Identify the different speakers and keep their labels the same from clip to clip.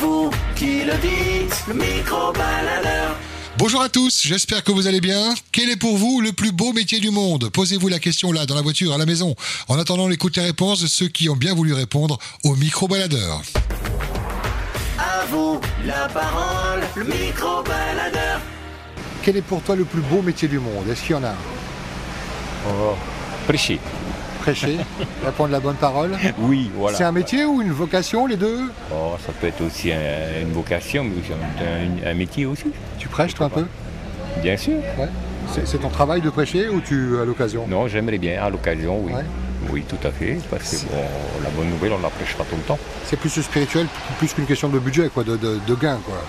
Speaker 1: vous qui le dites, le micro-baladeur.
Speaker 2: Bonjour à tous, j'espère que vous allez bien. Quel est pour vous le plus beau métier du monde Posez-vous la question là, dans la voiture, à la maison. En attendant l'écoute et réponse de ceux qui ont bien voulu répondre au micro-baladeur.
Speaker 1: À vous la parole, le micro-baladeur.
Speaker 2: Quel est pour toi le plus beau métier du monde Est-ce qu'il y en a un
Speaker 3: Oh, prêcher.
Speaker 2: Prêcher, répondre la bonne parole
Speaker 3: Oui, voilà.
Speaker 2: C'est un métier ou une vocation, les deux
Speaker 3: Oh, ça peut être aussi un- une vocation, mais aussi un, un- un métier aussi,
Speaker 2: Tu prêches, toi, un peu
Speaker 3: bien sûr.
Speaker 2: Ouais. C'est c'est ton travail de prêcher ou tu as l'occasion
Speaker 3: Non, j'aimerais bien, à l'occasion, oui.
Speaker 2: Ouais.
Speaker 3: Oui, tout à fait, parce que bon, la bonne nouvelle, on la prêchera tout le temps.
Speaker 2: C'est plus spirituel, plus qu'une question de budget, quoi, de, de- de gain, quoi.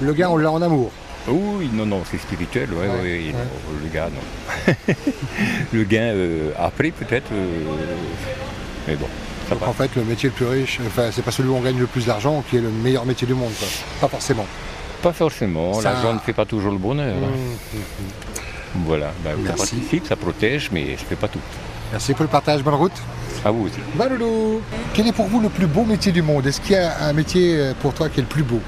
Speaker 2: Le gain, on l'a en amour.
Speaker 3: Oui, non, non, c'est spirituel, oui,
Speaker 2: Ouais,
Speaker 3: oui,
Speaker 2: ouais.
Speaker 3: non, le gain, non. le gain, euh, après, peut-être, euh, mais bon, ça
Speaker 2: Donc, en
Speaker 3: va.
Speaker 2: fait, le métier le plus riche, enfin, c'est pas celui où on gagne le plus d'argent qui est le meilleur métier du monde, quoi. Pas forcément.
Speaker 3: Pas forcément,
Speaker 2: Ça- Mmh,
Speaker 3: l'argent ne fait pas toujours le bonheur. hein. Voilà, ben, ça
Speaker 2: Merci.
Speaker 3: participe, ça protège, mais ça ne fait pas tout.
Speaker 2: Merci pour le partage, bonne route.
Speaker 3: À vous aussi.
Speaker 2: Bah, Loulou Quel est pour vous le plus beau métier du monde Est-ce qu'il y a un métier euh, pour toi qui est le plus beau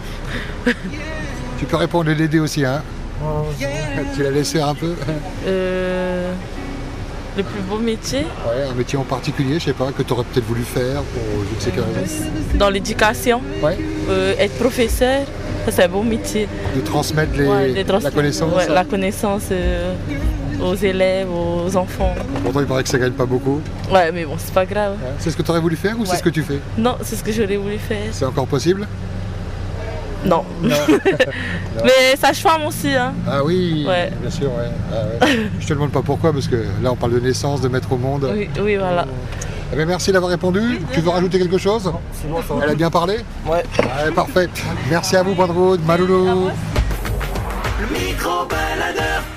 Speaker 2: Tu peux répondre et l'aider aussi, hein
Speaker 4: Oh,
Speaker 2: Tu la laissé un peu
Speaker 4: Euh, le plus beau métier
Speaker 2: Ouais, un métier en particulier, je sais pas, que tu aurais peut-être voulu faire pour je ne sais quelle raison.
Speaker 4: dans l'éducation,
Speaker 2: Ouais,
Speaker 4: euh, être professeur, ça, c'est un beau métier.
Speaker 2: de transmettre les,
Speaker 4: Ouais, de
Speaker 2: la
Speaker 4: transmettre,
Speaker 2: connaissance.
Speaker 4: ouais, la connaissance euh, aux élèves, aux enfants.
Speaker 2: Pourtant, il paraît que ça gagne pas beaucoup.
Speaker 4: Ouais, mais bon, c'est pas grave.
Speaker 2: hein. C'est ce que tu aurais voulu faire ou c'est
Speaker 4: Ouais.
Speaker 2: ce que tu fais
Speaker 4: Non, c'est ce que j'aurais voulu faire.
Speaker 2: C'est encore possible
Speaker 4: Non. mais sage-femme aussi, hein.
Speaker 2: Ah oui,
Speaker 4: Ouais.
Speaker 2: bien sûr, ouais. Ah ouais. je te demande pas pourquoi, parce que là, on parle de naissance, de mettre au monde.
Speaker 4: Oui, oui, voilà.
Speaker 2: Eh bien, merci d'avoir répondu. Tu veux rajouter quelque chose Elle a bien parlé
Speaker 5: Ouais.
Speaker 2: Ouais, Parfait. Merci à vous, Bonne route, Maloulou.
Speaker 1: Le micro-baladeur.